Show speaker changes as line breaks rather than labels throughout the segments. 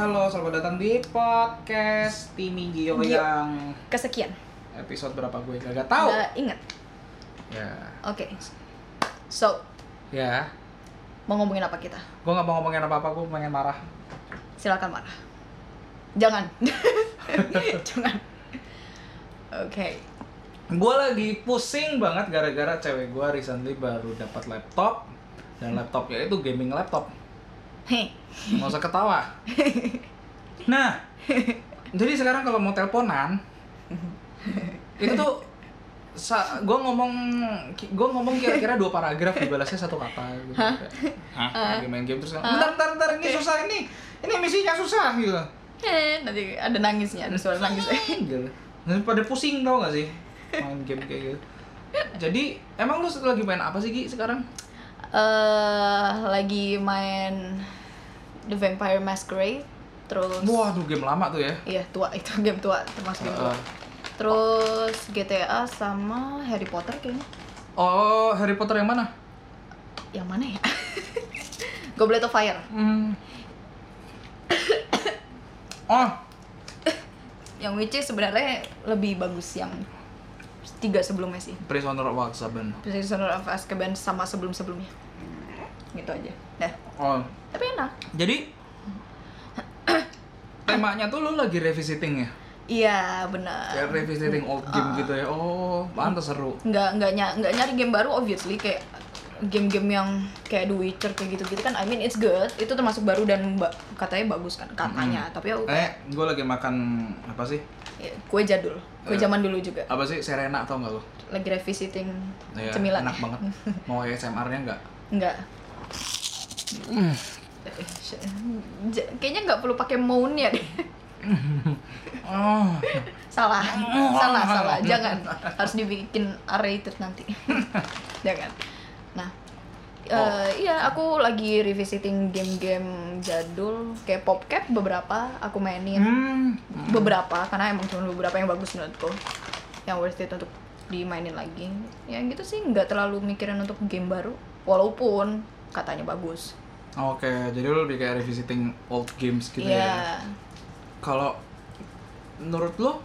datang di podcast Timi Gio,
Gio.
yang
Kesekian.
episode berapa gue gak tahu.
Nggak ingat.
Ya,
Oke. So,
ya.
mau ngomongin apa kita?
Gue gak mau ngomongin apa-apa, gue pengen marah.
Silakan marah. Jangan. Jangan. Oke.
Gue lagi pusing banget gara-gara cewek gue recently baru dapat laptop dan laptopnya itu gaming laptop.
Heh.
Nggak usah ketawa. Nah, jadi sekarang kalau mau teleponan itu tuh gue ngomong gue ngomong kira-kira dua paragraf dibalasnya satu kata gitu.
Hah?
Hah? Lagi main game terus kan, bentar
Hah?
bentar bentar ini
Oke.
susah ini ini misinya susah gitu.
Eh, nanti ada nangisnya, ada suara nangis.
gitu. Dan pada pusing tau gak sih main game kayak gitu. Jadi emang lu lagi main apa sih Ki sekarang?
Eh, lagi main The Vampire Masquerade, terus
Waduh game lama tuh ya.
Iya, tua itu game tua, termasuk game tua.
Heeh.
Terus GTA sama Harry Potter kayaknya.
Oh Harry Potter yang mana?
Yang mana ya? Goblet of Fire.
Hmm. Oh,
Yang which is sebenarnya lebih bagus yang tiga sebelumnya sih.
Prisoner of Azkaban.
Prisoner of Azkaban sama sebelum-sebelumnya. Gitu aja. Nah,
Oh,
tapi enak.
jadi temanya tuh lu lagi revisiting ya?
Iya, benar.
Kayak revisiting old game gitu ya. Oh, pantas seru.
nggak nggak ny- nggak nyari game baru obviously kayak game-game yang kayak The Witcher kayak gitu-gitu kan I mean it's good itu termasuk baru dan ba- katanya bagus kan katanya tapi aku
Eh, gue lagi makan apa sih?
ya, kue jadul
Eh.
kue zaman dulu juga
Apa sih Serena atau enggak lu?
lagi revisiting
Iya,
cemilan
enak banget. Mau ASMR-nya enggak?
nggak
Hmm.
Eh, sh- j- kayaknya nggak perlu pakai moon ya deh
Oh,
salah
Hmm.
salah salah jangan harus dibikin rated nanti jangan nah eh,
Oh.
iya aku lagi revisiting game-game jadul kayak popcap beberapa aku mainin
hmm.
beberapa karena emang cuma beberapa yang bagus menurutku yang worth it untuk dimainin lagi ya gitu sih nggak terlalu mikirin untuk game baru walaupun katanya bagus
Oke, jadi lu lebih kayak revisiting old games gitu ya.
Iya.
Kalau menurut lu,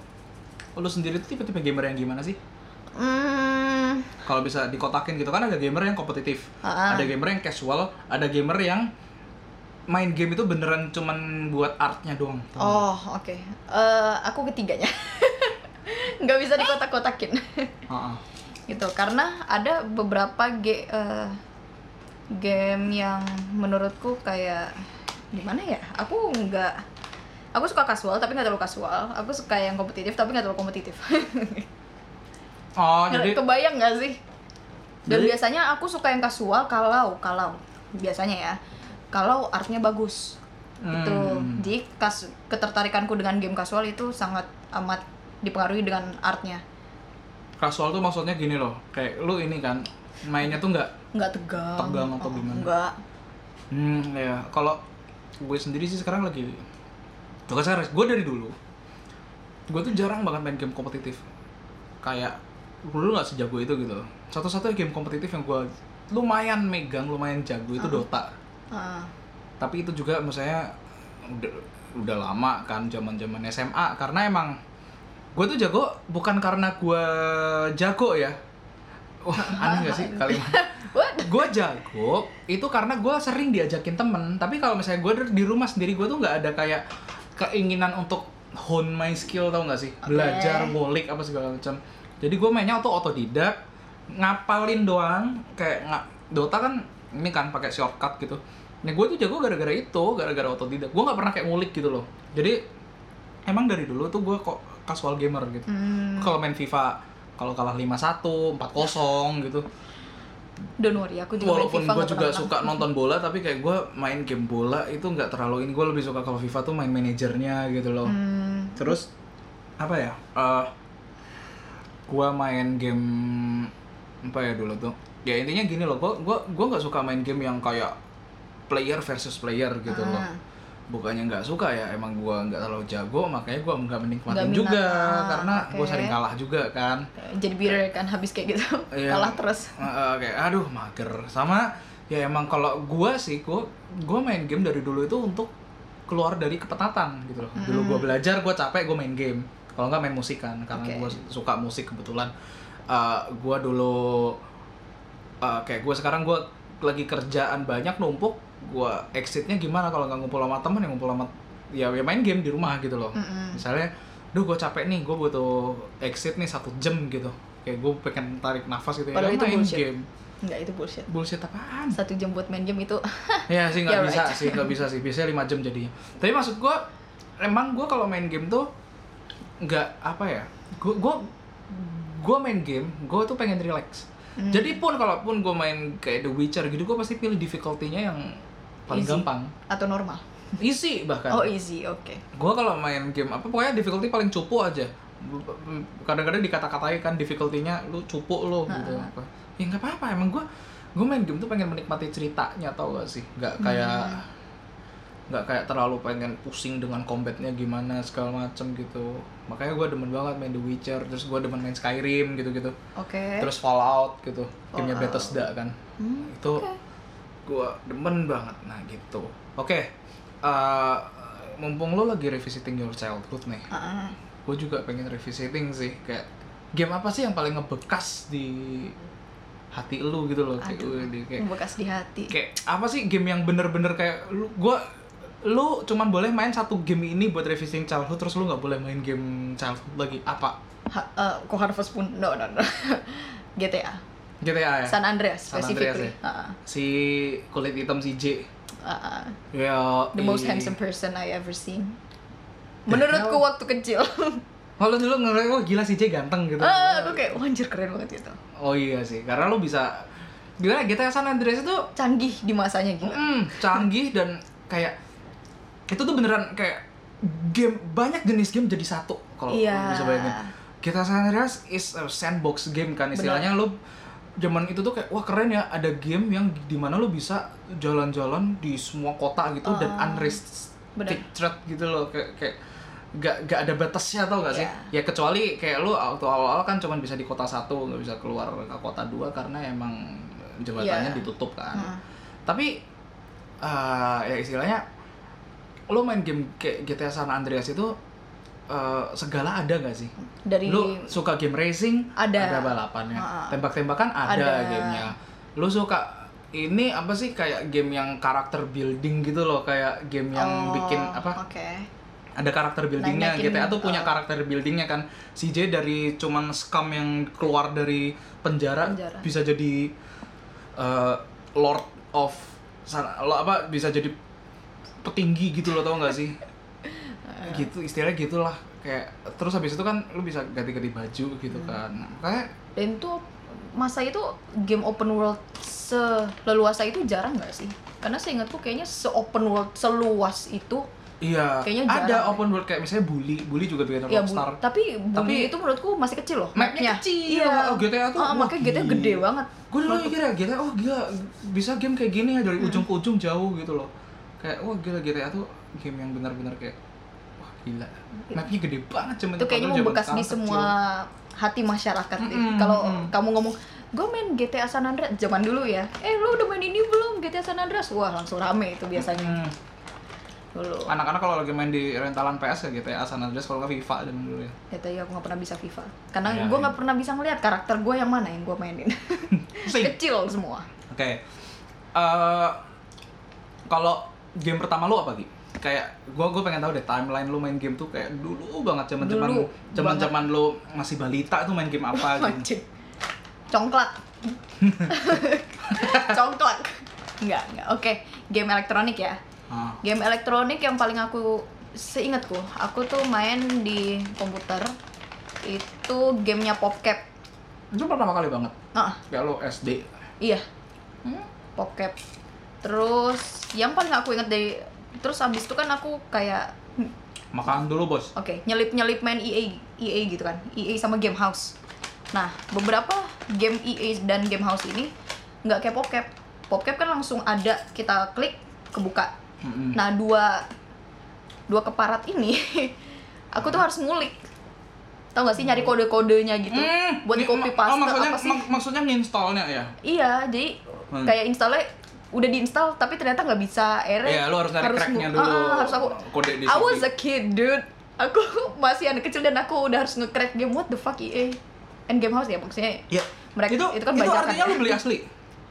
lu sendiri tuh tipe-tipe gamer yang gimana sih?
Hmm,
kalau bisa dikotakin gitu kan ada gamer yang kompetitif,
Ah.
ada gamer yang casual, ada gamer yang main game itu beneran cuman buat artnya doang.
Oh, oke. Eh aku ketiganya. Nggak bisa dikotak-kotakin.
Ah, ah.
gitu, karena ada beberapa ge- eh, game yang menurutku kayak gimana ya? Aku nggak Aku suka kasual tapi nggak terlalu kasual. Aku suka yang kompetitif tapi nggak terlalu kompetitif.
Oh, jadi
Kebayang nggak sih? Dan
Jadi-
biasanya aku suka yang kasual kalau kalau biasanya ya kalau artnya bagus gitu.
Hmm.
Jadi kas- ketertarikanku dengan game kasual itu sangat amat dipengaruhi dengan artnya.
casual tuh maksudnya gini loh, kayak lu ini kan mainnya tuh nggak,
Nggak tegang.
Tegang atau
Oh,
gimana?
Nggak.
hmm ya kalau gue sendiri sih sekarang lagi, bukan sekarang, gue dari dulu, gue tuh jarang banget main game kompetitif, kayak dulu nggak sejago itu gitu. Satu-satunya game kompetitif yang gue lumayan megang, lumayan jago itu Dota.
Ah,
tapi itu juga misalnya udah, udah lama kan zaman zaman SMA karena emang gue tuh jago bukan karena gue jago ya wah aneh gak sih kalimat
What?
gue jago itu karena gue sering diajakin temen tapi kalau misalnya gue di rumah sendiri gue tuh nggak ada kayak keinginan untuk hone my skill tau gak sih
Oke.
belajar ngulik apa segala macam jadi gue mainnya auto otodidak ngapalin doang kayak nggak Dota kan ini kan pakai shortcut gitu nah gue tuh jago gara-gara itu gara-gara otodidak gue nggak pernah kayak ngulik gitu loh jadi emang dari dulu tuh gue kok casual gamer gitu
Hmm,
kalau main FIFA kalau kalah 5-1, 4-0 gitu
don't worry, aku juga
walaupun gue
main FIFA nggak
juga
pernah kan?
suka nonton bola tapi kayak gue main game bola itu nggak terlalu ini gue lebih suka kalau FIFA tuh main manajernya gitu loh
menang. Hmm,
terus apa ya Eh gue main game apa ya dulu tuh ya intinya gini loh gue gua gua nggak suka main game yang kayak player versus player gitu
Ah.
loh bukannya nggak suka ya emang gue nggak terlalu jago makanya gue nggak
Nggak
menikmatin
minat,
juga
ah,
karena gue
oke.
sering kalah juga kan
jadi bitter kan habis kayak gitu.
Iya.
Kalah terus.
Uh, kayak aduh mager sama ya emang kalau gua sih gua gua main game dari dulu itu untuk keluar dari kepetatan gitu loh. Dulu gue belajar, gue capek, gue main game. Kalau nggak main musik kan, karena
Hmm. Oke.
gue suka musik kebetulan. Eh, gue dulu eh, kayak gue sekarang gue lagi kerjaan banyak numpuk, gue exitnya gimana kalau nggak ngumpul sama temen ya ngumpul sama ya, ya main game di rumah gitu loh.
Mm-mm.
Misalnya, duh gue capek nih, gue butuh exit nih satu jam gitu. Kayak gue pengen tarik nafas gitu
Padahal
ya,
itu
main
bullshit.
game.
nggak itu bullshit
Bullshit apaan?
satu jam buat main game itu
ya sih nggak
Yeah,
bisa
right.
sih nggak bisa sih biasanya lima jam jadinya tapi maksud gue emang gue kalau main game tuh nggak apa ya gue gue gue main game gue tuh pengen relax
Hmm.
jadi pun kalaupun gue main kayak The Witcher gitu gue pasti pilih difficulty-nya yang paling
Easy.
gampang
atau normal
easy bahkan
oh easy oke
gue kalau main game apa pokoknya difficulty paling cupu aja kadang-kadang dikata-katain kan difficulty-nya lu cupu lo gitu apa ya nggak apa-apa emang gue gue main game tuh pengen menikmati ceritanya tau gak sih nggak
Hmm.
kayak nggak kayak terlalu pengen pusing dengan combatnya gimana segala macem gitu makanya gue demen banget main The Witcher terus gue demen main Skyrim gitu-gitu
oke
terus Fallout gitu gamenya
Eh. Fallout.
Bethesda kan
Hmm,
itu
oke.
gue demen banget nah gitu oke eh mumpung lo lagi revisiting your childhood nih
Ah, ah.
gue juga pengen revisiting sih kayak game apa sih yang paling ngebekas di hati lu gitu loh kayak,
Aduh,
wih, kayak,
membekas di hati
kayak apa sih game yang bener-bener kayak lu gue lu cuman boleh main satu game ini buat revisiting childhood terus lu nggak boleh main game childhood lagi apa
ha, eh, kok Harvest Moon no no no GTA
GTA ya
San Andreas
San Andreas eh?
specifically Ah,
si kulit hitam si J
ah, ah.
ya
the most
ih.
handsome person I ever seen menurutku
hell?
waktu kecil
Kalau dulu ngeliat, wah gila si J ganteng gitu.
Ah, aku kayak "Wah, anjir keren banget gitu
Oh iya sih, karena lu bisa gimana GTA San Andreas itu
canggih di masanya gitu. gila
mm, canggih dan kayak itu tuh beneran kayak game banyak jenis game jadi satu kalau lu
Iya.
Oh, bisa bayangin. GTA San Andreas is a sandbox game kan istilahnya lu zaman itu tuh kayak wah keren ya ada game yang dimana lu bisa jalan-jalan di semua kota gitu dan unrestricted gitu loh kayak kayak gak, gak ada batasnya tau gak sih ya kecuali kayak lu waktu awal-awal kan cuman bisa di kota satu nggak bisa keluar ke kota dua karena emang jabatannya
Iya.
ditutup kan
Heeh.
tapi eh, ya istilahnya lo main game kayak GTA San Andreas itu eh, segala ada gak sih?
dari
Lo suka game racing?
Ada.
balapannya.
Ha-ha.
Tembak-tembakan ada,
Ada.
gamenya. Lo suka ini apa sih kayak game yang karakter building gitu loh kayak game yang
Oh,
bikin apa
oke
ada karakter buildingnya
Naikin,
GTA tuh punya
uh,
karakter buildingnya kan si J dari cuman scam yang keluar dari penjara,
Penjara.
bisa jadi uh, Lord of sana lo apa bisa jadi petinggi gitu loh tau gak sih gitu istilahnya gitulah kayak terus habis itu kan lu bisa ganti-ganti baju gitu
Hmm.
kan kayak
dan itu masa itu game open world seleluasa itu jarang nggak sih karena saya ingatku kayaknya se open world seluas itu
iya
Kayaknya
ada
jarang,
open world kayak misalnya bully bully juga bikin
ya bu-
rockstar Tapi-
tapi bumi itu menurutku masih kecil loh
Mapnya
mapnya
kecil.
iya
Oh, GTA tuh,
Ah,
wah,
makanya GTA gede
gila.
banget
gue dulu mikir ya GTA oh gila bisa game kayak gini ya dari ujung ke ujung jauh gitu loh kayak wah gila GTA tuh game yang benar-benar kayak wah gila mapnya gede banget cuman
Iya. itu kayaknya
padahal zaman
membekas di
sekarang
semua hati masyarakat deh.
Mm-mm,
kalau
mm-mm.
kamu ngomong gue main GTA San Andreas zaman dulu ya eh lu udah main ini belum GTA San Andreas wah langsung rame itu
kecil.
biasanya
Hmm.
dulu
anak-anak kalau lagi main di rentalan PS ya GTA San Andreas kalau nggak FIFA dan dulu ya
itu ya aku nggak pernah bisa FIFA karena
Ya,
gue
ya.
nggak pernah bisa ngeliat karakter gue yang mana yang gue mainin
Sing.
kecil semua
oke Eh, kalau game pertama lu apa Gi? kayak gua gua pengen tahu deh timeline lu main game tuh kayak dulu banget zaman zaman
Dulu
zaman zaman lu masih balita tuh main game apa gitu
Mancing. Oh, Congklak. Congklak. Enggak, enggak. Oke, game elektronik ya.
Ah.
Game elektronik yang paling aku seingatku, aku tuh main di komputer itu gamenya PopCap.
itu pertama kali banget
Ah,
kayak lu SD
iya.
Hmm?
PopCap. Terus yang paling aku ingat dari terus abis itu kan aku kayak
makan dulu bos
Oke, nyelip-nyelip main E EA EA gitu kan. EA sama Game House. Nah, beberapa game EA dan Game House ini nggak kayak PopCap. PopCap kan langsung ada, kita klik, kebuka.
Mm-mm.
Nah, dua dua keparat ini aku tuh harus ngulik. Tau gak sih nyari kode-kodenya gitu
Mm,
buat
Hmm. ini
copy
ma-
paste
oh, maksudnya,
apa sih?
mak- maksudnya nginstalnya ya
Iya, jadi
Hmm.
kayak installnya udah diinstal tapi ternyata nggak bisa akhirnya
Iya, lu harus nyari cracknya
nge-
dulu.
ah, harus aku
Kode di
I
sini.
was a kid dude aku masih anak kecil dan aku udah harus nge-crack game what the fuck EA and game house ya maksudnya
Iya.
Mereka-
itu,
itu kan bajakan
artinya
ya.
lu beli asli.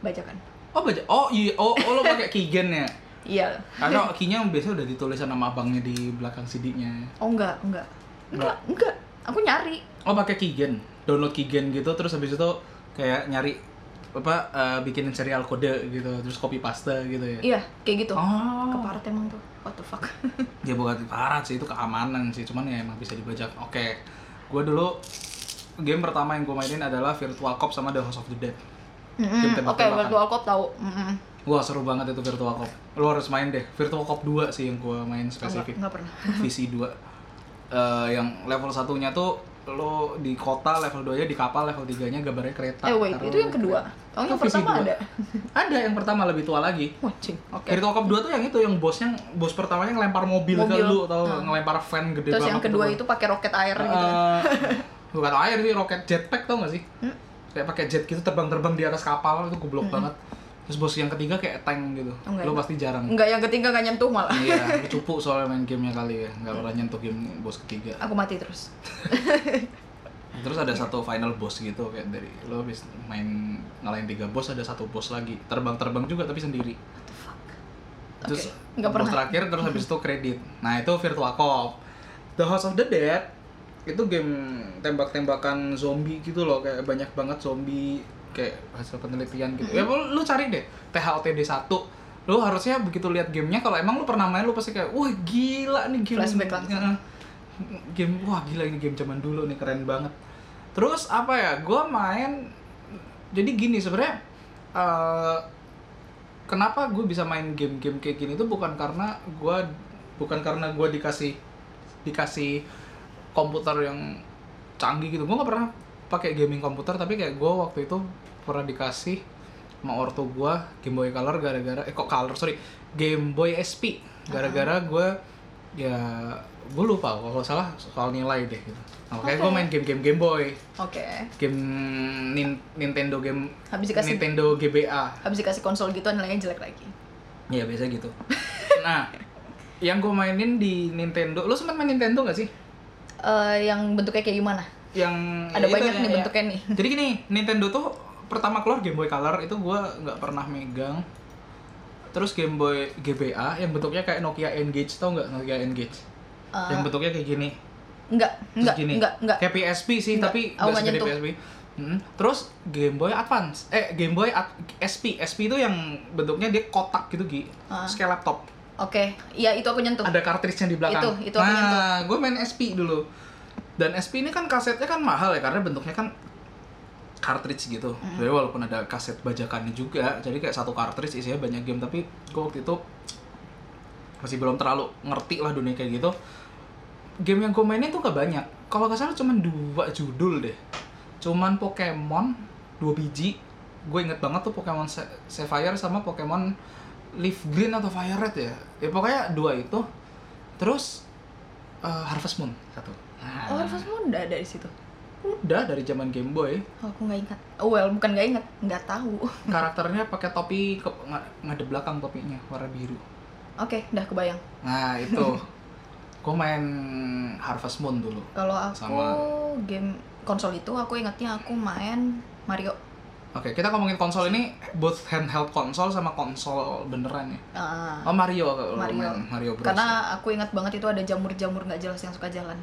bajakan
Oh baca. Oh iya. Oh, oh lu pakai keygen ya.
iya
Karena keynya biasanya udah ditulis sama abangnya di belakang CD-nya.
oh enggak enggak enggak
Enggak.
enggak aku nyari
Oh pakai keygen. Download keygen gitu terus habis itu kayak nyari apa eh, bikinin serial kode gitu terus copy paste gitu ya.
iya kayak gitu
Oh.
keparat emang tuh what the fuck
Ya bukan parah sih itu keamanan sih, cuman ya emang bisa dibajak. Oke. Gue dulu game pertama yang gue mainin adalah Virtual Cop sama The House of the Dead.
Mm-mm.
tembak-tembakan.
oke virtual cop tahu Mm-mm.
Wah seru banget itu Virtual Cop. Lu harus main deh. Virtual Cop 2 sih yang gue main
enggak
spesifik.
enggak pernah
visi 2 yang level satunya tuh lo di kota level 2 nya di kapal level 3 nya gambarnya kereta
eh wait
Taruh
itu yang kedua
kereta.
oh yang
Itu visi
pertama
dua.
ada
ada yang pertama lebih tua lagi
Wajing. Oke.
Virtual Cop 2 tuh yang itu yang bosnya bos pertamanya ngelempar mobil,
Mobil. Ah.
ke lu atau ngelempar fan gede
Terus
banget
yang kedua
gitu.
itu pakai roket air
Eh,
gitu.
bukan air sih roket jetpack tau gak sih
Hmm.
kayak pakai jet gitu terbang-terbang di atas kapal itu goblok banget terus bos yang ketiga kayak tank gitu
Enggak,
lo
enggak.
pasti jarang
Enggak, yang ketiga nggak nyentuh malah.
iya lu cupu soalnya main gamenya kali ya nggak pernah nyentuh game bos ketiga
Aku mati terus.
Terus ada satu final boss gitu kayak dari lo habis main ngalahin tiga boss ada satu boss lagi terbang-terbang juga tapi sendiri.
Oke,
Terus
nggak
boss
pernah.
terakhir terus habis itu kredit. Nah itu virtual cop. The House of the Dead itu game tembak-tembakan zombie gitu loh kayak banyak banget zombie kayak hasil penelitian gitu. Ya lu, lu cari deh THOTD 1 lu harusnya begitu lihat gamenya kalau emang lu pernah main lu pasti kayak wah gila nih game
Flashback langsung.
Heeh. game wah gila ini game zaman dulu nih keren banget terus apa ya gua main jadi gini sebenarnya eh, kenapa gue bisa main game-game kayak gini itu bukan karena gua bukan karena gua dikasih dikasih komputer yang canggih gitu gua nggak pernah pakai gaming komputer tapi kayak gua waktu itu pernah dikasih sama ortu gua Game Boy Color gara-gara eh kok Color sorry Game Boy SP
Ah.
gara-gara gua ya gue lupa kalau nggak salah soal nilai deh gitu nah, makanya gua
Oke.
main game-game Game Boy
Oke.
game Nin- Nintendo game
Habis dikasih
Nintendo GBA
habis dikasih konsol gitu nilainya jelek lagi.
Iya biasa gitu. nah, yang gue mainin di Nintendo, lo sempat main Nintendo gak sih?
Eh, yang bentuknya kayak gimana?
Yang
Ada
ya itu,
banyak
ya,
nih
ya.
bentuknya nih.
Jadi gini, Nintendo tuh pertama keluar Game Boy Color itu gue nggak pernah megang. Terus Game Boy GBA yang bentuknya kayak Nokia Engage tau nggak Nokia Engage?
Eh,
yang bentuknya kayak gini.
Enggak,
Terus
enggak,
gini.
enggak, enggak.
Kayak PSP sih,
Enggak.
tapi
Aku
nggak
nggak
segede
nyentuh.
PSP. Mm-mm. Hmm, Terus Game Boy Advance, eh Game Boy Ad- SP, SP itu yang bentuknya dia kotak gitu Gi,
Ah.
Terus kayak laptop.
Oke, iya itu aku nyentuh.
ada cartridge-nya di belakang.
Itu- itu aku
nah, gue main SP dulu. Dan SP ini kan kasetnya kan mahal ya karena bentuknya kan cartridge gitu. Jadi walaupun ada kaset bajakannya juga, jadi kayak satu cartridge isinya banyak game tapi gue waktu itu masih belum terlalu ngerti lah dunia kayak gitu. Game yang gue mainin tuh gak banyak. Kalau nggak salah cuman dua judul deh. Cuman Pokemon dua biji. Gue inget banget tuh Pokemon Sa- Sapphire sama Pokemon Leaf Green atau Fire Red ya. Ya pokoknya dua itu. Terus eh, Harvest Moon satu. Nah,
Oh, Harvest Moon udah ada di situ.
udah dari zaman Game Boy
Oh, aku nggak ingat. Oh, well, bukan nggak ingat, nggak tahu. Oke,
karakternya pakai topi ke nga- ngadep belakang topinya warna biru.
udah kebayang.
Nah, itu. Gue main Harvest Moon dulu.
Kalau aku
Sama.
game konsol itu aku ingatnya aku main Mario.
Oke, kita ngomongin konsol ini both handheld konsol sama konsol beneran ya.
Ah.
Oh, Mario kalau lu
Mario.
main Mario Bros.
Karena aku ingat banget itu ada jamur-jamur nggak jelas yang suka jalan.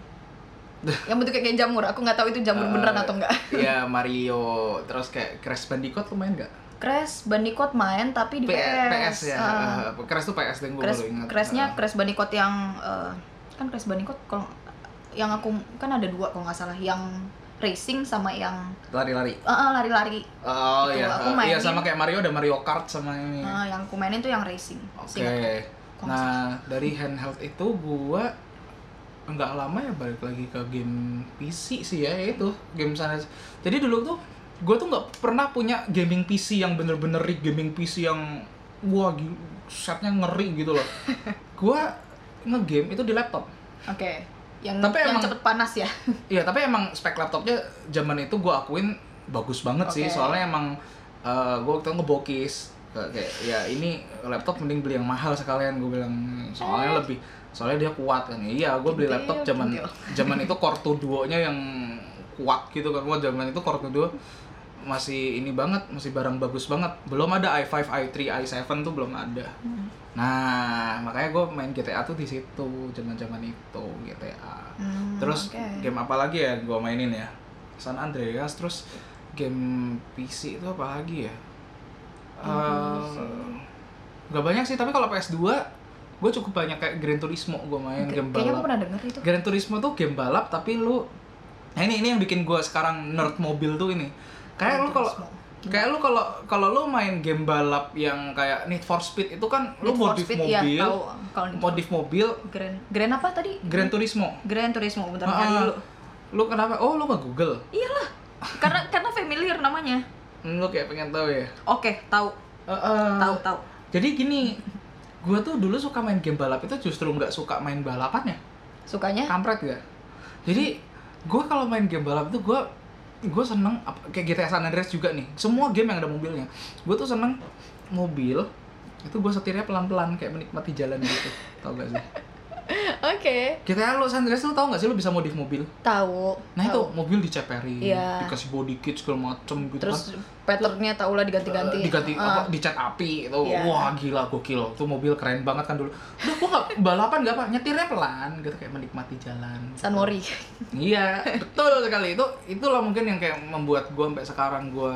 yang bentuknya kayak jamur, aku nggak tahu itu jamur
Eh,
beneran atau enggak.
Iya, Mario. Terus kayak Crash Bandicoot lu main nggak?
Crash Bandicoot main tapi di
P-
PS.
PS ya.
Ah.
Eh, Crash tuh PS yang gue
Crash,
baru ingat. Ah.
Crashnya Crash Bandicoot yang eh, kan Crash Bandicoot kalau yang aku kan ada dua kalau nggak salah, yang racing sama yang
Eh, lari-lari.
ah, ah, lari-lari.
Oh
Betul,
iya, Eh,
aku
iya
mainin.
sama kayak Mario ada Mario Kart sama ini.
Ah, yang aku mainin tuh yang racing.
Hmm. Oke.
Seingatku. Kalau nggak
Nah, dari handheld itu gua nggak lama ya balik lagi ke game PC sih ya ya itu game sana. Jadi dulu tuh gua tuh nggak pernah punya gaming PC yang bener-bener rig gaming PC yang wah gi- setnya ngeri gitu loh. gua ngegame itu di laptop.
Oke. Yang
Tapi
yang
emang-
cepet panas ya.
Iya, tapi emang spek laptopnya zaman itu gua akuin bagus banget sih.
Oke.
Soalnya emang eh, gua waktu itu ngebokis kayak ya ini laptop mending beli yang mahal sekalian gue bilang
Eh.
soalnya lebih soalnya dia kuat kan iya gue beli
Gentil,
laptop zaman
gentil.
zaman itu Core 2 duonya yang kuat gitu kan gue zaman itu Core 2 Duo masih ini banget masih barang bagus banget belum ada i5 i3 i7 tuh belum ada
Hmm.
nah makanya gue main GTA tuh di situ zaman zaman itu GTA
Hmm,
terus
oke.
game apa lagi ya gue mainin ya San Andreas terus game PC itu apa lagi ya Eh, nggak banyak sih tapi kalau PS2 gue cukup banyak kayak Gran Turismo gue main
Oke,
game
kayaknya gue
balap
pernah denger itu
Gran Turismo tuh game balap tapi lu nah ini ini yang bikin gue sekarang nerd mobil tuh ini kayak lu kalau kayak lu kalau kalau lu main game balap yang kayak Need for Speed itu kan lu
Need for
modif
Speed,
mobil
ya, tahu. Hmm. Kalau Need for-
modif mobil
Grand Grand apa tadi
Gran Turismo
Grand Turismo
Ah,
bentar nyari dulu
lu kenapa oh lu nggak Google
iyalah karena karena familiar namanya
Hmm, lu kayak pengen tahu ya
oke tahu
Eh, eh,
tahu tahu
jadi gini gue tuh dulu suka main game balap itu justru nggak suka main balapannya
sukanya
kampret gak? Jadi gue kalau main game balap tuh gue gue seneng ap- kayak GTA San Andreas juga nih. Semua game yang ada mobilnya, gue tuh seneng mobil itu gue setirnya pelan-pelan kayak menikmati jalan gitu, tau gak sih?
oke
GTA lo San Andreas lo tau gak sih lo bisa modif mobil?
tahu
Nah itu
tahu.
mobil diceperin,
Iya.
dikasih body kit segala macem gitu kan.
terus patternnya tau lah diganti-ganti
Eh, diganti
Ah.
apa dicat api itu
Iya.
wah gila gokil itu mobil keren banget kan dulu udah gua nggak balapan nggak apa nyetirnya pelan gitu kayak menikmati jalan
San Mori
Iya, betul sekali itu. Itulah mungkin yang kayak membuat gue sampai sekarang gue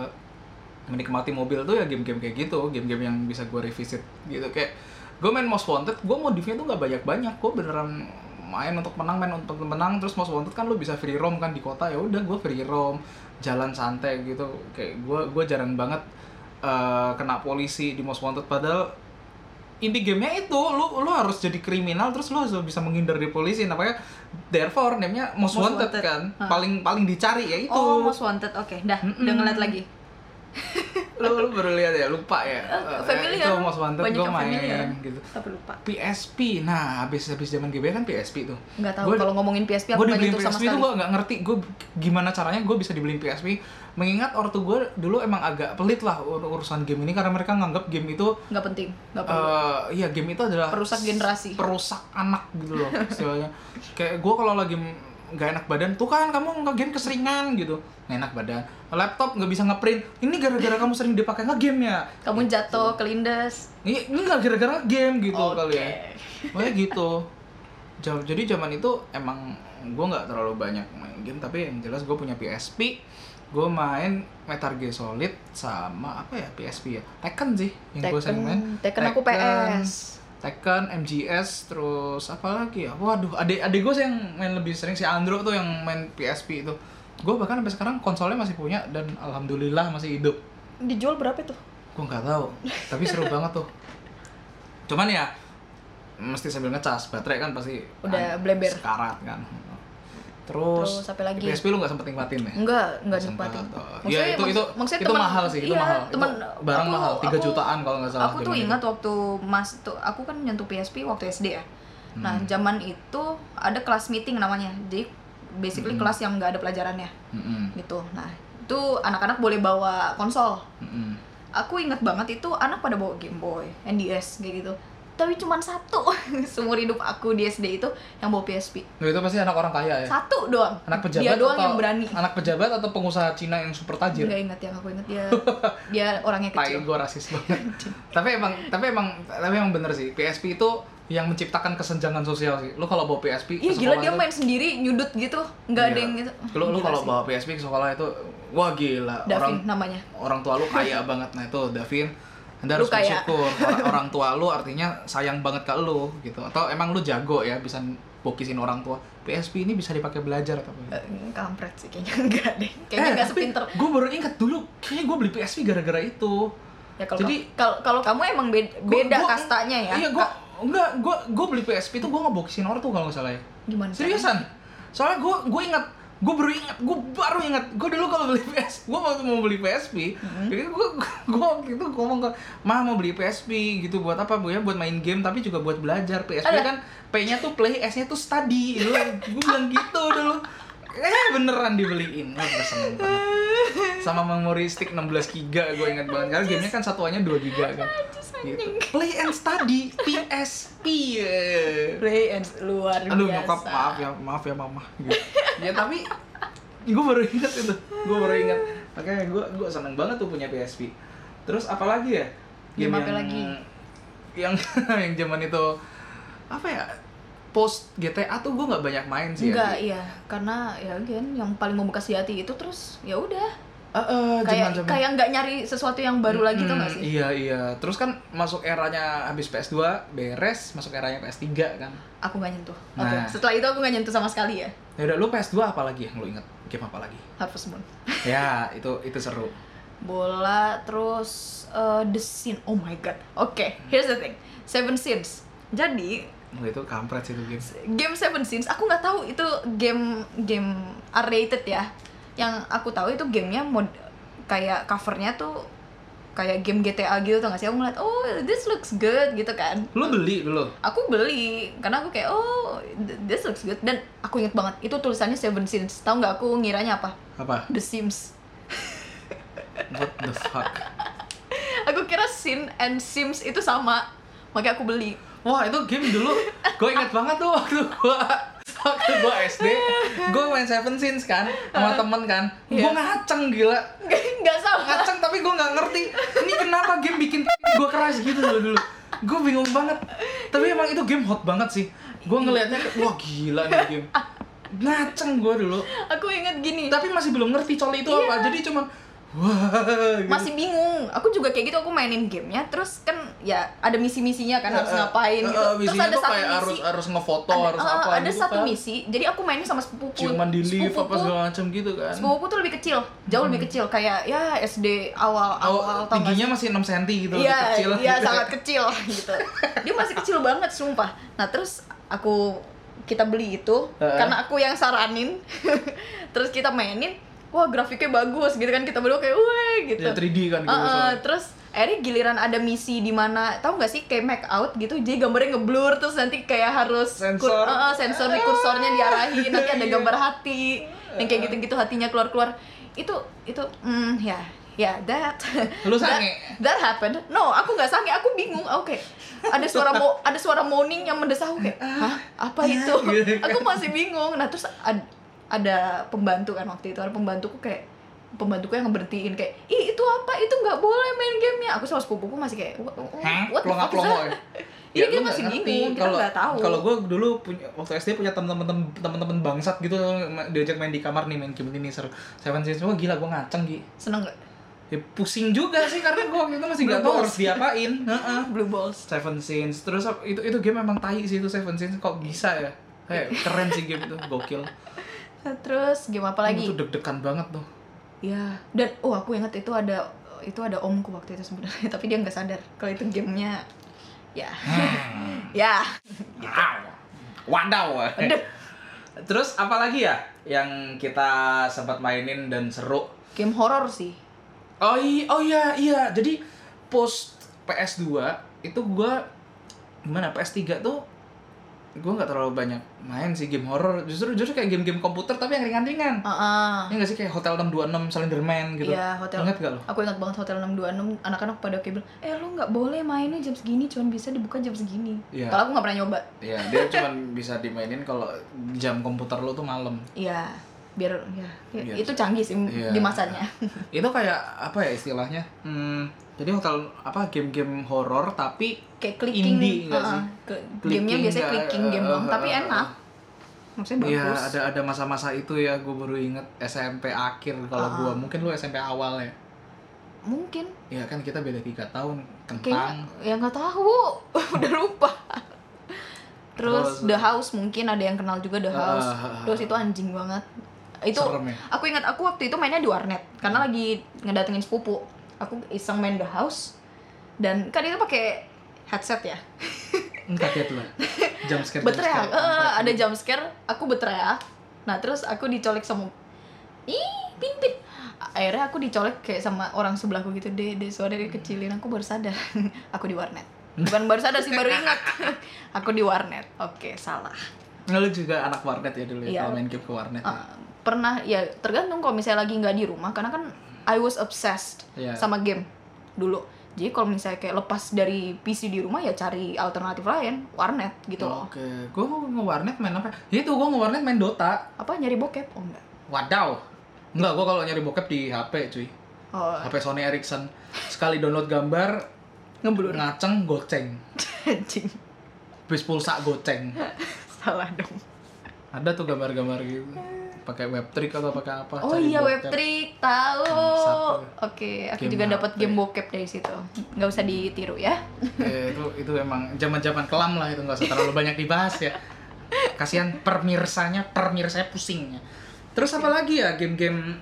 menikmati mobil tuh ya game-game kayak gitu, game-game yang bisa gue revisit gitu kayak gue main Most Wanted, gue modifnya tuh nggak banyak-banyak, gue beneran main untuk menang, main untuk menang, terus Most Wanted kan lo bisa free roam kan di kota ya udah gue free roam, jalan santai gitu, kayak gue gue jarang banget eh, kena polisi di Most Wanted padahal inti gamenya itu lu lu harus jadi kriminal terus lu harus bisa menghindar dari polisi namanya therefore namanya most,
Most
wanted,
Wanted.
kan
Ah.
paling paling dicari ya itu
oh Most Wanted oke dah udah
Mm-mm.
ngeliat lagi
lu, lu baru lihat ya lupa ya
Eh,
Eh,
familiar.
itu most wanted
Banyak
gua
yang
main
familiar.
gitu
tapi lupa
PSP nah habis habis zaman GBA kan PSP tuh
nggak tahu
Gua-
kalau ngomongin
gue
PSP aku nggak
dibeliin
nyentuh sama
PSP itu
sekali
gue nggak ngerti gue gimana caranya gue bisa dibeliin PSP mengingat ortu gue dulu emang agak pelit lah ur- urusan game ini karena mereka nganggap game itu
nggak penting nggak perlu
eh iya game itu adalah
Perusak generasi.
perusak anak gitu loh istilahnya kayak gue kalau lagi nggak enak badan tuh kan kamu nggak game keseringan gitu nggak enak badan laptop nggak bisa ngeprint ini gara-gara kamu sering dipakai nggak game ya
kamu jatuh kelindes
ini Iya, ini nggak gara-gara game gitu kali ya
Oke.
Pokoknya gitu Ja- jadi zaman itu emang gue nggak terlalu banyak main game tapi yang jelas gue punya PSP gue main Metal Gear Solid sama apa ya PSP ya Tekken sih yang gue sering main
Tekken, Tekken aku PS.
Tekken, MGS, terus apa lagi ya? Waduh, adik adik gue sih yang main lebih sering si Andro tuh yang main PSP itu. Gue bahkan sampai sekarang konsolnya masih punya dan alhamdulillah masih hidup.
Dijual berapa tuh?
Gue nggak tahu, tapi seru banget tuh. Cuman ya mesti sambil ngecas, baterai kan pasti an-
Udah bleber.
Sekarat kan. Terus,
Terus apa lagi?
PSP lu nggak sempet nikmatin ya?
Enggak, enggak
Sempat,
nikmatin.
oh. Iya, itu itu itu mahal sih, itu
iya,
mahal. Itu
Temen,
barang
aku-
mahal, 3
aku-
jutaan kalau nggak salah.
Aku tuh
zaman itu.
ingat waktu Mas tuh aku kan nyentuh PSP waktu SD ya. Nah,
Hmm.
zaman itu ada kelas meeting namanya. Jadi
Hmm.
basically kelas yang nggak ada pelajarannya
Mm-mm,
gitu. Nah, itu anak-anak boleh bawa konsol.
mm-mm.
Aku ingat banget itu anak pada bawa Game Boy, NDS kayak gitu. Tapi cuma satu seumur hidup aku di SD itu yang bawa PSP.
Nah, itu pasti anak orang kaya ya.
Satu doang.
anak pejabat
Dia doang
atau
yang berani.
anak pejabat atau pengusaha Cina yang super tajir
Nggak inget yang aku inget dia dia orangnya
tai
kecil.
gue rasis banget tapi emang tapi emang tapi emang bener sih PSP itu yang menciptakan kesenjangan sosial sih lu kalau bawa PSP
Iya gila dia main sendiri nyudut gitu,
Iya.
nggak ada yang gitu.
lu lu
Gila
kalau
sih.
bawa PSP ke sekolah itu wah gila
Davin
orang
namanya.
orang tua lu kaya banget nah itu Davin anda
Lu
harus
kaya.
bersyukur orang, orang tua lu artinya sayang banget ke lu gitu atau emang lu jago ya bisa bokisin orang tua PSP ini bisa dipakai belajar atau apa
Eh, kampret sih kayaknya enggak deh. Kayaknya
Eh,
enggak sepinter.
Gue baru inget dulu, kayaknya gue beli PSP gara-gara itu.
Ya kalau
Jadi-
kalau kalau kamu emang beda,
Gua-
beda
gua-
kastanya ya.
Iya, gue enggak, gue gue beli PSP itu gue ngeboxin ortu kalau nggak salah ya.
Ka- gimana? caranya?
Seriusan? Soalnya gue gue inget, gue baru inget, gue baru inget, gue dulu kalau beli PS, gue waktu mau beli PSP, jadi gue gue waktu itu ngomong ke mah mau beli PSP gitu buat apa bu ya buat main game tapi juga buat belajar PSP
Alah.
kan P-nya tuh play, S-nya tuh study, gue bilang gitu dulu. eh beneran dibeliin Wah, gue seneng banget sama memory stick 16 giga gue inget banget karena gamenya kan satuannya 2 giga kan gitu. play and study PSP yeah.
Play and luar
aduh
biasa.
nyokap maaf ya maaf ya mama gitu. ya tapi gue baru ingat itu gue baru ingat makanya gue gue seneng banget tuh punya PSP terus apalagi ya
Game apa lagi?
yang yang zaman itu apa ya post GTA tuh gue nggak banyak main sih ya.
Enggak, iya. Karena ya again, yang paling membekas di hati itu terus ya udah.
Eh, eh,
Kayak
zaman-zaman-
kayak nggak nyari sesuatu yang baru lagi tuh nggak
Hmm,
sih?
Iya iya. Terus kan masuk eranya habis PS2 beres, masuk eranya PS3 kan.
Aku nggak nyentuh. Oke.
Nah.
Setelah itu aku nggak nyentuh sama sekali ya.
Ya udah lu PS2 apa lagi yang lu inget? Game apa lagi?
Harvest Moon.
ya, itu itu seru.
Bola terus eh, The Sin. Oh my god. Oke, here's the thing. Seven Sins. Jadi
Wah, itu kampret sih itu game.
game Seven Sins aku nggak tahu itu game game R rated ya yang aku tahu itu gamenya mod kayak covernya tuh kayak game GTA gitu tuh nggak sih aku ngeliat oh this looks good gitu kan
Lu beli dulu.
aku beli karena aku kayak oh th- this looks good dan aku inget banget itu tulisannya Seven Sins tahu nggak aku ngiranya apa
Apa?
The Sims
What the fuck?
aku kira Sin and Sims itu sama makanya aku beli
Wah, itu game dulu gue inget banget tuh waktu gua waktu gua SD, gua main Seven Sins kan sama temen kan. Gua
Iya.
ngaceng gila.
nggak sama
ngaceng tapi gue nggak ngerti ini kenapa game bikin gue keras gitu loh dulu gue bingung banget tapi emang itu game hot banget sih gue
Iya.
ngelihatnya kayak, wah gila nih game ngaceng gue dulu
aku inget gini
tapi masih belum ngerti coli itu apa jadi cuman wah gitu.
Iya. masih bingung aku juga kayak gitu aku mainin gamenya terus kan ya ada misi-misinya kan harus
Eh, eh,
ngapain
eh,
gitu
eh,
terus
misinya
ada
tuh
satu
kayak
misi
harus harus ngefoto
ada,
harus
eh,
apa
ada
gitu
satu
kan.
misi jadi aku mainnya sama sepupu
ciuman di lift apa
Sepupuku-
segala macam gitu kan
sepupuku tuh lebih kecil jauh lebih kecil kayak ya SD awal
Oh,
awal tau nggak
tingginya masih 6 cm gitu lebih
Iya,
kecil
iya
gitu.
sangat kecil gitu. Dia masih kecil banget sumpah. Nah, terus aku kita beli itu
Heeh.
karena aku yang saranin. terus kita mainin, wah grafiknya bagus gitu kan kita berdua kayak weh gitu.
Ya, 3D kan gitu,
Heeh,
soalnya.
terus akhirnya giliran ada misi di mana tahu nggak sih kayak make out gitu jadi gambarnya ngeblur terus nanti kayak harus
Sensor.
kur- heeh, sensor di kursornya diarahin nanti ada
Iya.
gambar hati yang kayak gitu-gitu hatinya keluar-keluar itu itu mm, ya ya that
Lu
that-
sange?
That happened. No, aku nggak sange, aku bingung. Oke, ada suara mo ada suara moaning yang mendesah. Oke,
Ah.
hah? Apa itu?
Gitu kan.
Aku masih bingung. Nah terus ad- ada pembantu kan waktu itu ada pembantuku kayak pembantuku yang ngeberhentiin kayak ih itu apa itu nggak boleh main gamenya aku sama sepupuku masih kayak what, what
Hah?
the fuck is
Plongo-plongo
that?
ya?
Iya,
Ya, lu
kita
nggak
masih
ngerti.
bingung, kita
Kalau-
nggak tahu.
Kalau gue dulu punya waktu SD punya teman-teman teman-teman bangsat gitu ma- diajak main di kamar nih main game ini seru. Seven Sins wah gila gue ngaceng Gi.
seneng nggak
Ya, pusing juga sih karena gue waktu itu masih nggak tahu
Blue
harus diapain. Heeh.
blue balls
Seven Sins terus ap- itu itu game emang tai sih itu Seven Sins kok bisa ya? Kayak keren sih game itu gokil.
Nah, terus game apa lagi
Itu deg-degan banget tuh.
ya dan oh aku ingat itu ada itu ada omku waktu itu sebenarnya tapi dia nggak sadar kalau itu gamenya ya
Hmm.
ya
Wadaw. eh. Terus apalagi ya yang kita sempat mainin dan seru?
game horor sih
Oh, i- oh iya, iya. Jadi post PS2 itu gua gimana PS3 tuh gua nggak terlalu banyak main sih game horror. Justru justru kayak game-game komputer tapi yang ringan-ringan.
ah ah.
Ya nggak sih kayak Hotel 626, Slenderman gitu.
Iya, Hotel-
Ingat gak lo?
aku ingat banget hotel 626 anak-anak pada kayak bilang eh lu nggak boleh mainnya jam segini cuman bisa dibuka jam segini
Iya.
kalau aku nggak pernah nyoba
Iya, dia cuman bisa dimainin kalau jam komputer lo tuh malam.
Iya, biar ya, ya,
Biar-
itu canggih sih
Iya.
di masanya
itu kayak apa ya istilahnya? Hmm, jadi hotel apa game-game horror tapi
kayak clicking
Indie nggak
ah,
sih?
ah. Ke-
Clicking
gamenya biasanya
nggak,
clicking game
eh,
doang tapi
eh,
enak maksudnya bagus
Iya, ada ada masa-masa itu ya, gue baru inget SMP akhir kalau
Ah.
gua mungkin lu SMP awal ya.
mungkin
Iya kan kita beda tiga tahun,
kayaknya
kentang.
ya nggak tahu udah lupa
Terus-
terus the house mungkin ada yang kenal juga the
Ah,
house
ah, ah.
terus itu anjing banget itu
Serem ya?
aku ingat aku waktu itu mainnya di warnet karena lagi ngedatengin sepupu aku iseng main the house dan kan itu pakai headset ya
Kaget lah. Jam scare. jump
berteriak
scare.
eh, ada jump scare aku berteriak nah terus aku dicolek sama ih pin pin akhirnya aku dicolek kayak sama orang sebelahku gitu deh deh suara kecilin aku baru sadar aku di warnet bukan baru sadar sih baru ingat aku di warnet oke salah
Nah, lu juga anak warnet ya dulu
Iya.
ya, kalau main game ke warnet. ya?
Uh, pernah ya tergantung kalau misalnya lagi nggak di rumah karena kan I was obsessed
Iya.
sama game dulu jadi kalau misalnya kayak lepas dari PC di rumah ya cari alternatif lain warnet gitu loh
Oke, gua nge-warnet main apa? Itu gua nge-warnet main Dota.
apa nyari bokep oh enggak
Wadaw. Enggak, gua kalau nyari bokep di HP, cuy.
oh
HP Sony Ericsson. Sekali download gambar
ngeblur
ngaceng goceng.
anjing
Bis pulsa goceng.
salah dong
Ada tuh gambar-gambar gitu. Pakai webtrick atau pakai apa?
oh
cari
iya
bokep.
webtrick tahu
Bangsat
oke
lu.
aku
Game
juga dapat
HP.
game bokep dari situ nggak usah ditiru ya
Eh, itu itu emang zaman-zaman kelam lah itu nggak usah terlalu banyak dibahas ya. Kasihan permirsanya, permirsanya pusingnya. Terus apa lagi ya game-game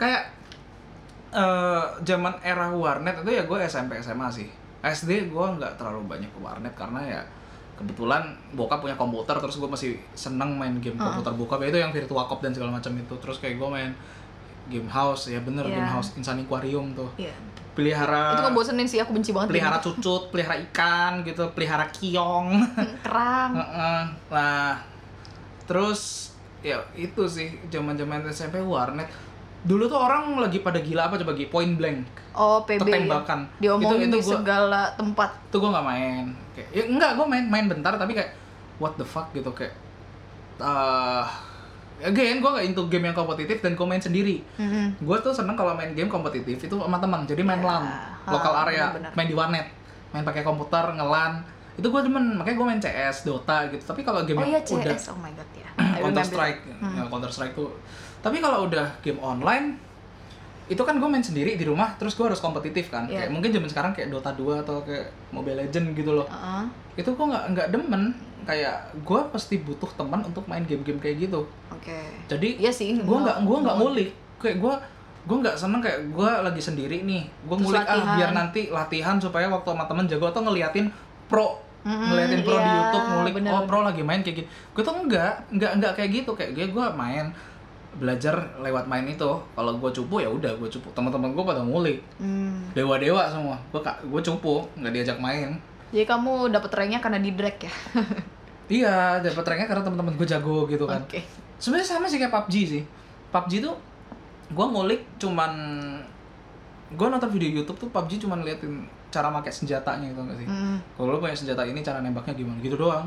kayak eh, zaman era warnet itu ya gue SMP SMA sih. SD gue nggak terlalu banyak ke warnet karena ya kebetulan bokap punya komputer terus gue masih seneng main game
Ah.
komputer bokap ya itu yang virtual cop dan segala macam itu terus kayak gue main game house ya bener
Iya.
game house insan aquarium tuh
Iya.
pelihara
itu kan ngebosenin sih aku benci banget
Ah, pelihara cucut, pelihara ikan gitu, pelihara kiong.
Hmm, kerang
Heeh. nah, terus ya itu sih zaman-zaman SMP warnet. Dulu tuh orang lagi pada gila apa coba gila point blank, ya. gitu.
oh PB
tertembakan.
diomongin
itu itu
di
gua
segala tempat
itu gua nggak main. Kayak ya enggak, gua main main bentar tapi kayak what the fuck gitu kayak eh again gua nggak into game yang kompetitif dan gua main sendiri.
Mhm.
Gue tuh seneng kalau main game kompetitif itu sama teman, jadi main
Ya,
LAN,
ha,
lokal area,
benar-benar.
main di warnet, main pakai komputer, ngelan. Itu gue cuman makanya gue main CS, Dota gitu. Tapi kalau game
Oh iya
yang udah
CS, oh my god ya. I
Counter
remember. Hmm.
Strike, ya, Counter Strike tuh. Tapi kalau udah game online itu kan gue main sendiri di rumah, terus gue harus kompetitif kan.
Iya.
Kayak mungkin zaman sekarang kayak Dota 2 atau kayak Mobile Legend gitu loh.
Heeh.
Itu gue nggak nggak demen. Kayak gue pasti butuh teman untuk main game-game kayak gitu.
Oke.
Jadi
Iya
gue
sih.
nggak gue nggak
no.
ngulik kayak gue gue nggak seneng kayak gue lagi sendiri nih gue
Terus
ngulik ah
latihan.
biar nanti latihan supaya waktu sama temen jago atau ngeliatin pro
Mm-mm,
ngeliatin pro di
iya,
YouTube ngulik
bener.
oh pro lagi main kayak gitu gue tuh enggak enggak enggak kayak gitu kayak gue gue main belajar lewat main itu kalau gue cupu ya udah gue cupu teman-teman gue pada ngulik
Hmm.
dewa dewa semua gue ka- gue cupu nggak diajak main
Jadi kamu dapat ranknya karena di drag ya.
iya dapat ranknya karena teman-teman gue jago gitu kan
Oke.
sebenarnya sama sih kayak PUBG sih PUBG tuh gue ngulik cuman gue nonton video YouTube tuh PUBG cuman liatin cara pakai senjatanya gitu nggak sih
Hmm.
kalau lo punya senjata ini cara nembaknya gimana gitu doang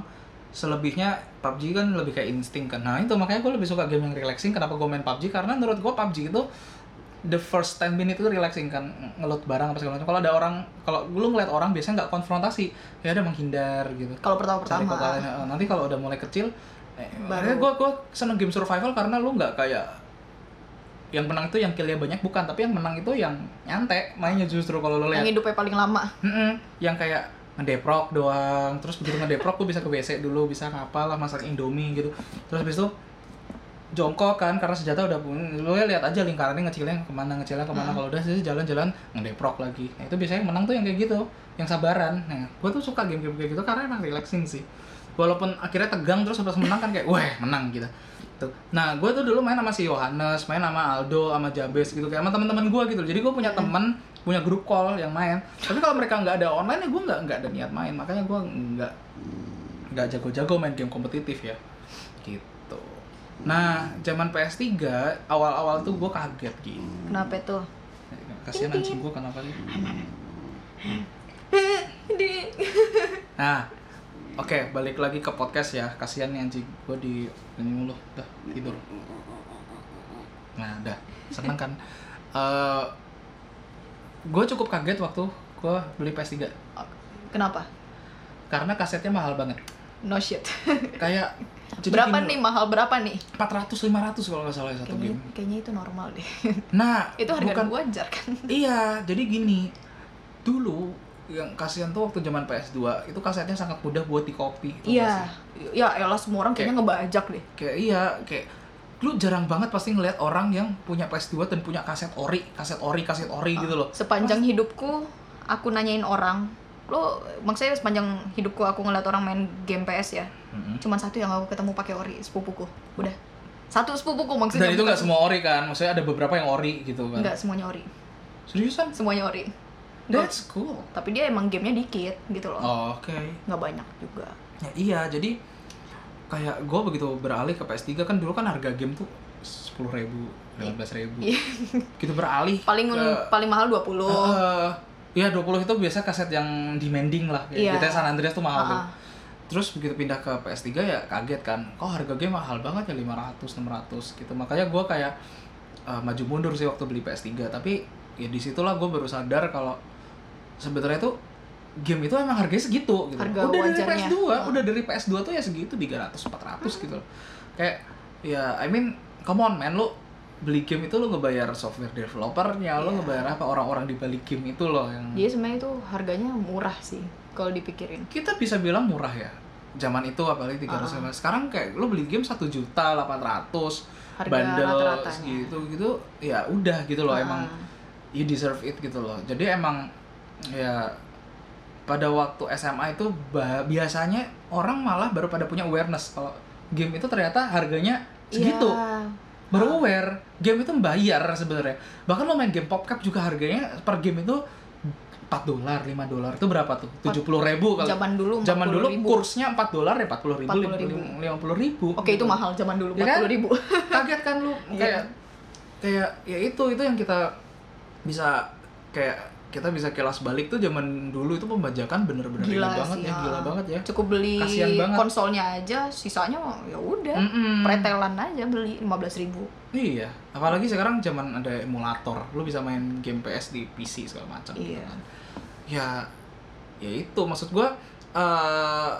selebihnya PUBG kan lebih kayak insting kan nah itu makanya gue lebih suka game yang relaxing kenapa gue main PUBG karena menurut gue PUBG itu the first 10 minute itu relaxing kan ngelut barang apa segala macam kalau ada orang kalau lu ngeliat orang biasanya nggak konfrontasi ya ada menghindar gitu
Kalau pertama
Cari
pertama.
kota lain. Heeh, Eh, nanti kalau udah mulai kecil eh,
Baru.
makanya gue gue seneng game survival karena lu nggak kayak yang menang itu yang killnya banyak bukan tapi yang menang itu yang nyantai mainnya justru kalau lo
Yang
lihat
hidupnya paling lama.
Mm-mm, yang kayak ngedeprok doang terus begitu ngedeprok gue bisa ke WC dulu bisa ngapa lah masak indomie gitu terus habis itu jongkok kan karena senjata udah punya lu ya lihat aja lingkarannya ngecilnya kemana ngecilnya kemana kalau udah sih jalan-jalan ngedeprok lagi nah, itu biasanya yang menang tuh yang kayak gitu yang sabaran nah gue tuh suka game-game kayak gitu karena emang relaxing sih walaupun akhirnya tegang terus pas menang kan kayak wah menang gitu Tuh. nah gue tuh dulu main sama si Yohanes main sama Aldo sama Jabes gitu kayak sama teman-teman gue gitu jadi gue punya teman punya grup call yang main tapi kalau mereka nggak ada online ya gue nggak nggak ada niat main makanya gue nggak nggak jago-jago main game kompetitif ya gitu nah zaman PS3 awal-awal tuh gue kaget gitu
Kenapa itu?
kasihan anjing gue kenapa sih
di
nah oke balik lagi ke podcast ya kasihan nih anjing gue di ini mulu udah tidur nah udah seneng kan gue cukup kaget waktu gue beli PS3
Kenapa?
karena kasetnya mahal banget
No shit.
kayak jadi
berapa
gini
nih mahal berapa nih?
loh, 400 500 kalau nggak salah ya satu
Kayaknya,
game
kayaknya itu normal deh.
nah
itu harga
bukan-
wajar kan?
Iya, jadi gini. Dulu yang kasihan tuh waktu zaman PS2 itu kasetnya sangat mudah buat dikopi. tau gak
Iya.
sih?
Ya elah semua orang kayaknya ngebajak deh.
Kayak iya, kayak lu jarang banget pasti ngelihat orang yang punya PS2 dan punya kaset ori, kaset ori, kaset ori
Ah.
gitu loh.
Sepanjang hidupku aku nanyain orang, lo maksudnya sepanjang hidupku aku ngeliat orang main game PS ya, cuman satu yang aku ketemu pakai ori sepupuku udah satu sepupuku maksudnya
Dan itu nggak
bukan-
semua ori kan, maksudnya ada beberapa yang ori gitu kan.
nggak semuanya ori
Seriusan?
semuanya ori Nggak.
That's cool.
tapi
Oh.
dia emang gamenya dikit gitu loh
Oke.
nggak banyak juga
Ya, iya, jadi kayak gue begitu beralih ke PS3 kan dulu kan harga game tuh sepuluh ribu, delapan belas ribu, gitu beralih.
Iya. paling
ke-
paling mahal 20
Eh, Iya 20 itu biasa kaset yang demanding lah
Iya.
kayak Kita San Andreas tuh mahal tuh
Ah.
Terus begitu pindah ke PS3 ya kaget kan Kok harga game mahal banget ya 500, 600 gitu Makanya gua kayak eh, maju mundur sih waktu beli PS3 Tapi ya disitulah gue baru sadar kalau sebenarnya tuh game itu emang harganya segitu gitu. udah
Harga
dari
wajarnya.
PS2, udah dari PS2 tuh ya segitu 300 400 gitu loh. Kayak ya I mean come on man lu beli game itu lu ngebayar software developernya, lu
Iya.
ngebayar apa orang-orang di balik game itu loh yang
jadi sebenarnya itu harganya murah sih kalau dipikirin
kita bisa bilang murah ya. Zaman itu apalagi 300
Ah.
ribu. Sekarang kayak lu beli game 1 juta 800
harga
bandel
rata-ratanya
gitu gitu ya udah gitu loh
Ah.
emang you deserve it gitu loh jadi emang ya pada waktu SMA itu ba- biasanya orang malah baru pada punya awareness kalau game itu ternyata harganya segitu
Iya.
baru aware game itu membayar sebenarnya bahkan lo main game PopCap juga harganya per game itu 4 dolar 5 dolar itu berapa tuh 70 ribu kalau
zaman dulu
zaman dulu
40.000.
kursnya 4 dolar ya 40 ribu
40.000.
50 ribu
oke itu mahal zaman dulu
Iya kan?
40 ribu
kaget kan lu
Iya.
kayak kayak ya itu itu yang kita bisa kayak kita bisa kelas balik tuh zaman dulu itu pembajakan bener-bener
Gila
ini banget
sih,
ya
ah.
gila banget ya
cukup beli
Kasian banget.
konsolnya aja sisanya ya udah
Mm-mm.
pretelan aja beli 15.000 ribu
iya apalagi sekarang zaman ada emulator lu bisa main game PS di PC segala macam gitu
Iya.
kan. ya ya itu maksud gua eh,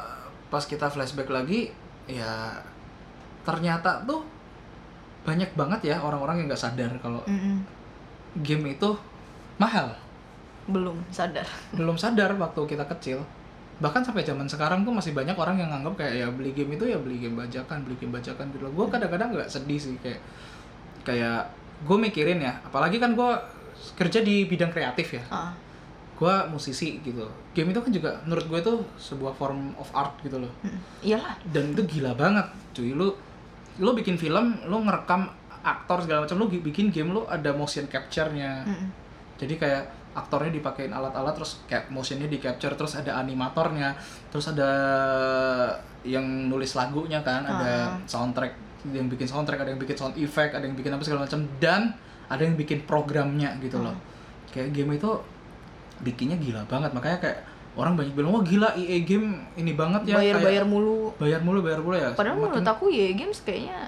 pas kita flashback lagi ya ternyata tuh banyak banget ya orang-orang yang nggak sadar kalau
Mm-mm.
game itu mahal
belum sadar
belum sadar waktu kita kecil bahkan sampai zaman sekarang tuh masih banyak orang yang nganggap kayak ya beli game itu ya beli game bajakan beli game bajakan gitu gue kadang-kadang nggak sedih sih kayak kayak gue mikirin ya apalagi kan gue kerja di bidang kreatif ya
Ah.
gue musisi gitu game itu kan juga menurut gue tuh sebuah form of art gitu loh
Mm. iyalah
dan itu gila banget cuy lu lu bikin film lu ngerekam aktor segala macam lu gi- bikin game lu ada motion capture-nya
Mm-mm.
jadi kayak aktornya dipakein alat-alat terus kayak motionnya di capture terus ada animatornya terus ada yang nulis lagunya kan
Ah.
ada soundtrack ada yang bikin soundtrack ada yang bikin sound effect ada yang bikin apa segala macam dan ada yang bikin programnya gitu
Ah.
loh kayak game itu bikinnya gila banget makanya kayak orang banyak bilang wah gila EA game ini banget ya kayak
bayar-bayar mulu
bayar mulu bayar mulu ya
Padahal
Makin-
menurut aku ya games kayaknya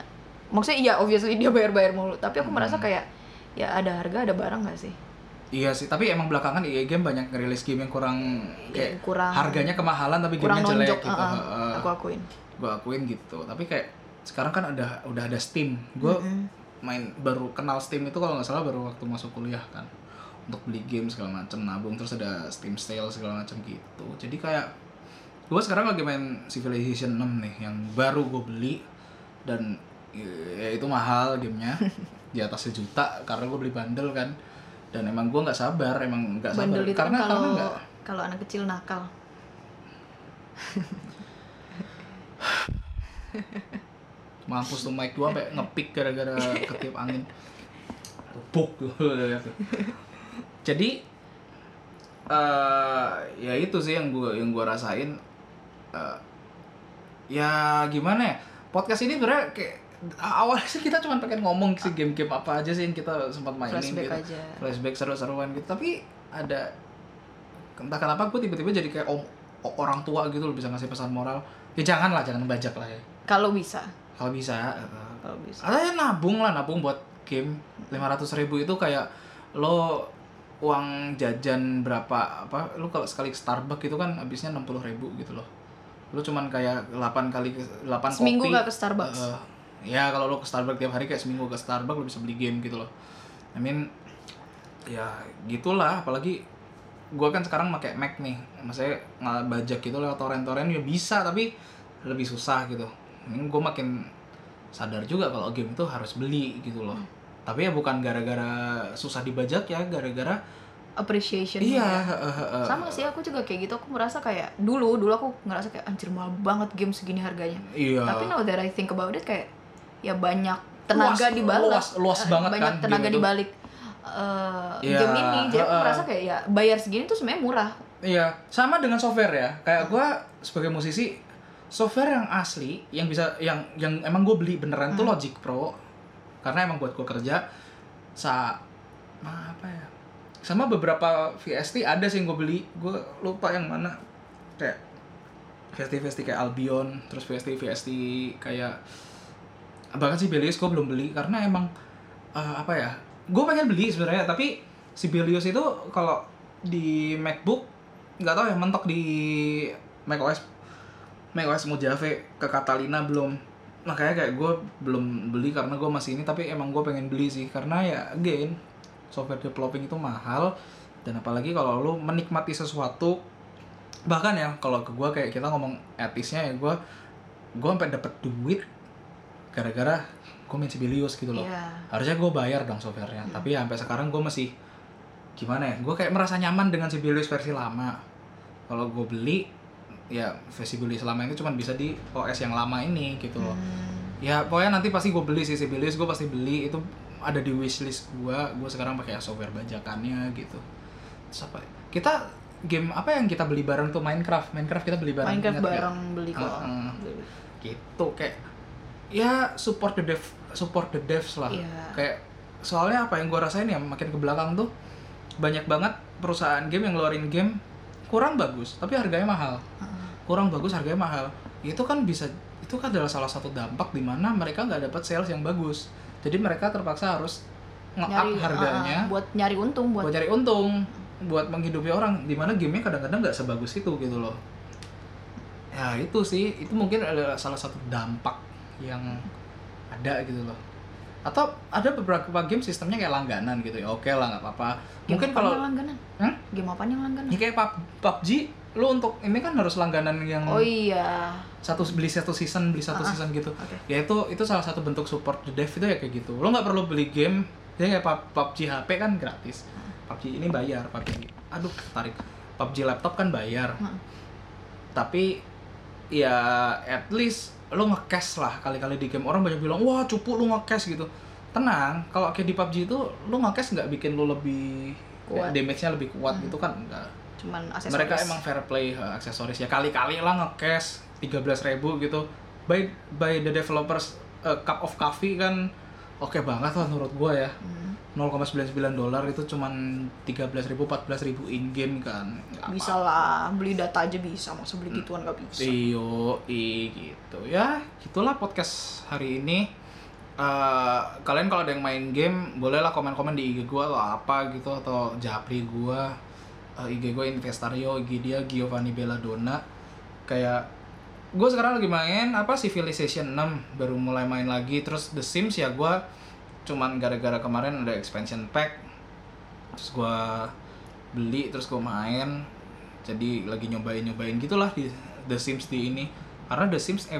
maksudnya iya obviously dia bayar-bayar mulu, tapi aku merasa
Hmm.
kayak ya ada harga ada barang nggak sih?
Iya sih, tapi emang belakangan EA Game banyak ngerilis game yang kurang kayak
Iya, kurang
harganya kemahalan tapi
kurang
gamenya jelek
nonjok.
gitu.
uh-uh,
Heeh.
aku akuin.
Gua akuin gitu. Tapi kayak sekarang kan ada udah ada Steam. Gua
Mm-mm.
main baru kenal Steam itu kalau nggak salah baru waktu masuk kuliah kan. Untuk beli game segala macam nabung terus ada Steam sale segala macam gitu. Jadi kayak gua sekarang lagi main Civilization 6 nih yang baru gue beli dan ya itu mahal gamenya di atas sejuta karena gue beli bundle kan dan emang gue nggak sabar emang nggak sabar
Bandel itu kan
karena
kalau
karena nggak Nah,
kalau anak kecil nakal.
mampus tuh mic gua sampai ngepik gara-gara ketiup angin buk jadi eh ya itu sih yang gua yang gua rasain Eh, ya gimana ya podcast ini sebenarnya kayak awalnya sih kita cuma pengen ngomong sih game-game apa aja sih yang kita sempat mainin
Flashback
gitu
aja.
flashback seru-seruan gitu tapi ada entah kenapa gue tiba-tiba jadi kayak om o- orang tua gitu loh bisa ngasih pesan moral ya jangan lah jangan bajak lah ya
Kalau bisa,
kalau bisa eh,
kalau bisa.
ada yang nabung lah nabung buat game 500.000 ribu itu kayak lo uang jajan berapa apa lo kalau sekali ke Starbucks itu kan habisnya 60.000 ribu gitu loh lo cuman kayak 8 kali ke- 8
Seminggu
kopi
nggak ke Starbucks.
Eh, ya kalau lo ke Starbucks tiap hari kayak seminggu ke Starbucks lo bisa beli game gitu loh I mean ya gitulah apalagi gua kan sekarang pakai Mac nih maksudnya nggak bajak gitu lewat torrent-torrent ya bisa tapi lebih susah gitu ini gue makin sadar juga kalau game itu harus beli gitu
Hmm.
loh tapi ya bukan gara-gara susah dibajak ya gara-gara
Appreciation.
iya eh, eh, eh,
ya, Sama sih aku juga kayak gitu. Aku merasa kayak dulu dulu aku ngerasa kayak anjir mahal banget game segini harganya.
iya
Tapi now that I think about it kayak ya banyak
Luas-
tenaga di balik.
luas luas
Eh,
banget
banyak
kan game
tenaga di
itu.
balik eh,
Ya,
game ini. Jadi aku
heeh.
merasa kayak ya bayar segini tuh sebenarnya murah.
Iya, sama dengan software ya. Kayak gua sebagai musisi, software yang asli yang bisa yang yang emang gue beli beneran tuh Logic Pro karena emang buat gue kerja sa ma- apa ya sama beberapa VST ada sih yang gue beli gue lupa yang mana kayak VST VST kayak Albion terus VST VST kayak bahkan si Belius gue belum beli karena emang eh, apa ya gue pengen beli sebenarnya tapi si Belius itu kalau di MacBook nggak tahu ya mentok di macOS macOS Mojave ke Catalina belum makanya kayak gue belum beli karena gue masih ini tapi emang gue pengen beli sih karena ya again software developing itu mahal dan apalagi kalau lu menikmati sesuatu bahkan ya kalau ke gue kayak kita ngomong etisnya ya gue gue sampai dapet duit gara-gara gue main Sibelius gitu loh
Iya.
harusnya gue bayar dong softwarenya
Hmm.
tapi ya sampai sekarang gue masih gimana ya gue kayak merasa nyaman dengan Sibelius versi lama kalau gue beli ya versi beli selama ini cuma bisa di OS yang lama ini gitu loh
Hmm.
ya pokoknya nanti pasti gue beli sih Sibelius gue pasti beli itu ada di wishlist gue gue sekarang pakai software bajakannya gitu terus apa ya? kita game apa yang kita beli bareng tuh Minecraft Minecraft kita beli bareng
Minecraft
ingat nggak?
bareng beli kok.
Heeh. gitu kayak ya support the dev support the devs lah
Iya.
kayak soalnya apa yang gue rasain ya makin ke belakang tuh banyak banget perusahaan game yang ngeluarin game kurang bagus tapi harganya mahal kurang bagus harganya mahal itu kan bisa itu kan adalah salah satu dampak di mana mereka nggak dapat sales yang bagus jadi mereka terpaksa harus nge-up
Nyari
harganya
ah, buat nyari untung buat,
buat cari untung buat menghidupi orang dimana gamenya kadang-kadang nggak sebagus itu gitu loh ya itu sih itu mungkin adalah salah satu dampak yang ada gitu loh atau ada beberapa game sistemnya kayak langganan gitu ya oke lah nggak apa-apa
Game
mungkin
apaan
kalau
yang langganan.
Hmm?
Game apaan yang langganan?
ya kayak pub- PUBG lu untuk ini kan harus langganan yang
Oh iya.
satu beli satu season beli satu season gitu
Oke.
ya itu itu salah satu bentuk support the dev itu ya kayak gitu lo nggak perlu beli game jadi kayak pub- PUBG HP kan gratis
Hmm.
PUBG ini bayar PUBG aduh tarik PUBG laptop kan bayar
Hmm.
tapi ya at least lo nge-cash lah kali-kali di game orang banyak bilang wah cupu lo nge-cash gitu tenang kalau kayak di PUBG itu lo nge-cash nggak bikin lo lebih
Kuat. Hmm.
damage-nya lebih kuat gitu kan enggak
Cuman aksesoris.
mereka emang fair play uh, aksesoris ya kali-kali lah nge-cash 13.000 gitu by by the developers uh, cup of coffee kan oke banget lah menurut gua ya
Hmm.
0,99 dolar itu cuman 13.000 14.000 in game kan Nggak
Bisa lah, beli data aja bisa, masa beli gituan nggak
Iya.
bisa.
Iyo, i gitu ya. Itulah podcast hari ini. Eh, kalian kalau ada yang main game, bolehlah komen-komen di IG gua atau apa gitu atau Japri gua. Eh, IG gua Investario, IG dia Giovanni Belladonna. Kayak gue sekarang lagi main apa Civilization 6 baru mulai main lagi terus The Sims ya gua cuman gara-gara kemarin ada expansion pack terus gua beli terus gue main jadi lagi nyobain nyobain gitulah di The Sims di ini karena The Sims eh,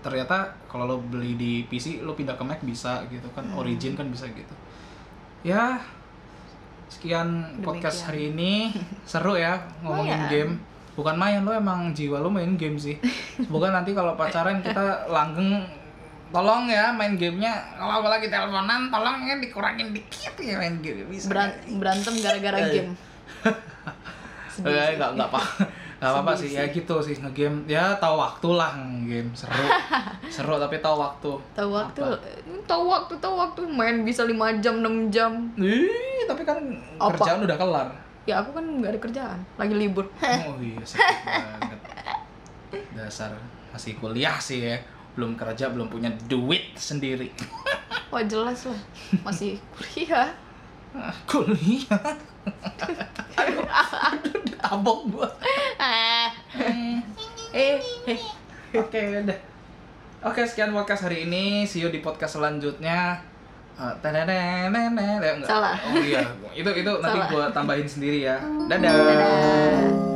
ternyata kalau lo beli di PC lo pindah ke Mac bisa gitu kan
Hmm.
Origin kan bisa gitu ya sekian podcast
Demikian.
hari ini seru ya ngomongin
Lumayan.
game bukan main lo emang jiwa lo main game sih semoga nanti kalau pacaran kita langgeng tolong ya main gamenya kalau aku lagi teleponan tolong ya dikurangin dikit ya main game bisa
Beran- berantem gara-gara
Eh.
game. Sedih
Eh,
sih.
nggak nggak apa nggak apa-apa
Sedih
sih ya gitu sih ngegame ya tahu waktu lah ngegame seru seru tapi tahu waktu
Tahu waktu,
Apa?
tahu waktu, tahu waktu main bisa 5 jam, 6 jam.
Ih, tapi kan
Apa?
kerjaan udah kelar
Ya aku kan nggak ada kerjaan, lagi libur.
oh iya sakit banget dasar masih kuliah sih ya belum kerja belum punya duit sendiri
Wah jelas lah, masih kuliah.
Ah, kuliah aduh aduh ditabok gua
Ah. eh, eh.
Oke, udah. Oke, sekian podcast hari ini. See you di podcast selanjutnya. Eh, tenenenene. Eh, enggak.
Salah.
Oh iya, itu itu nanti
Salah.
gua tambahin sendiri ya. Dadah.
Dadah.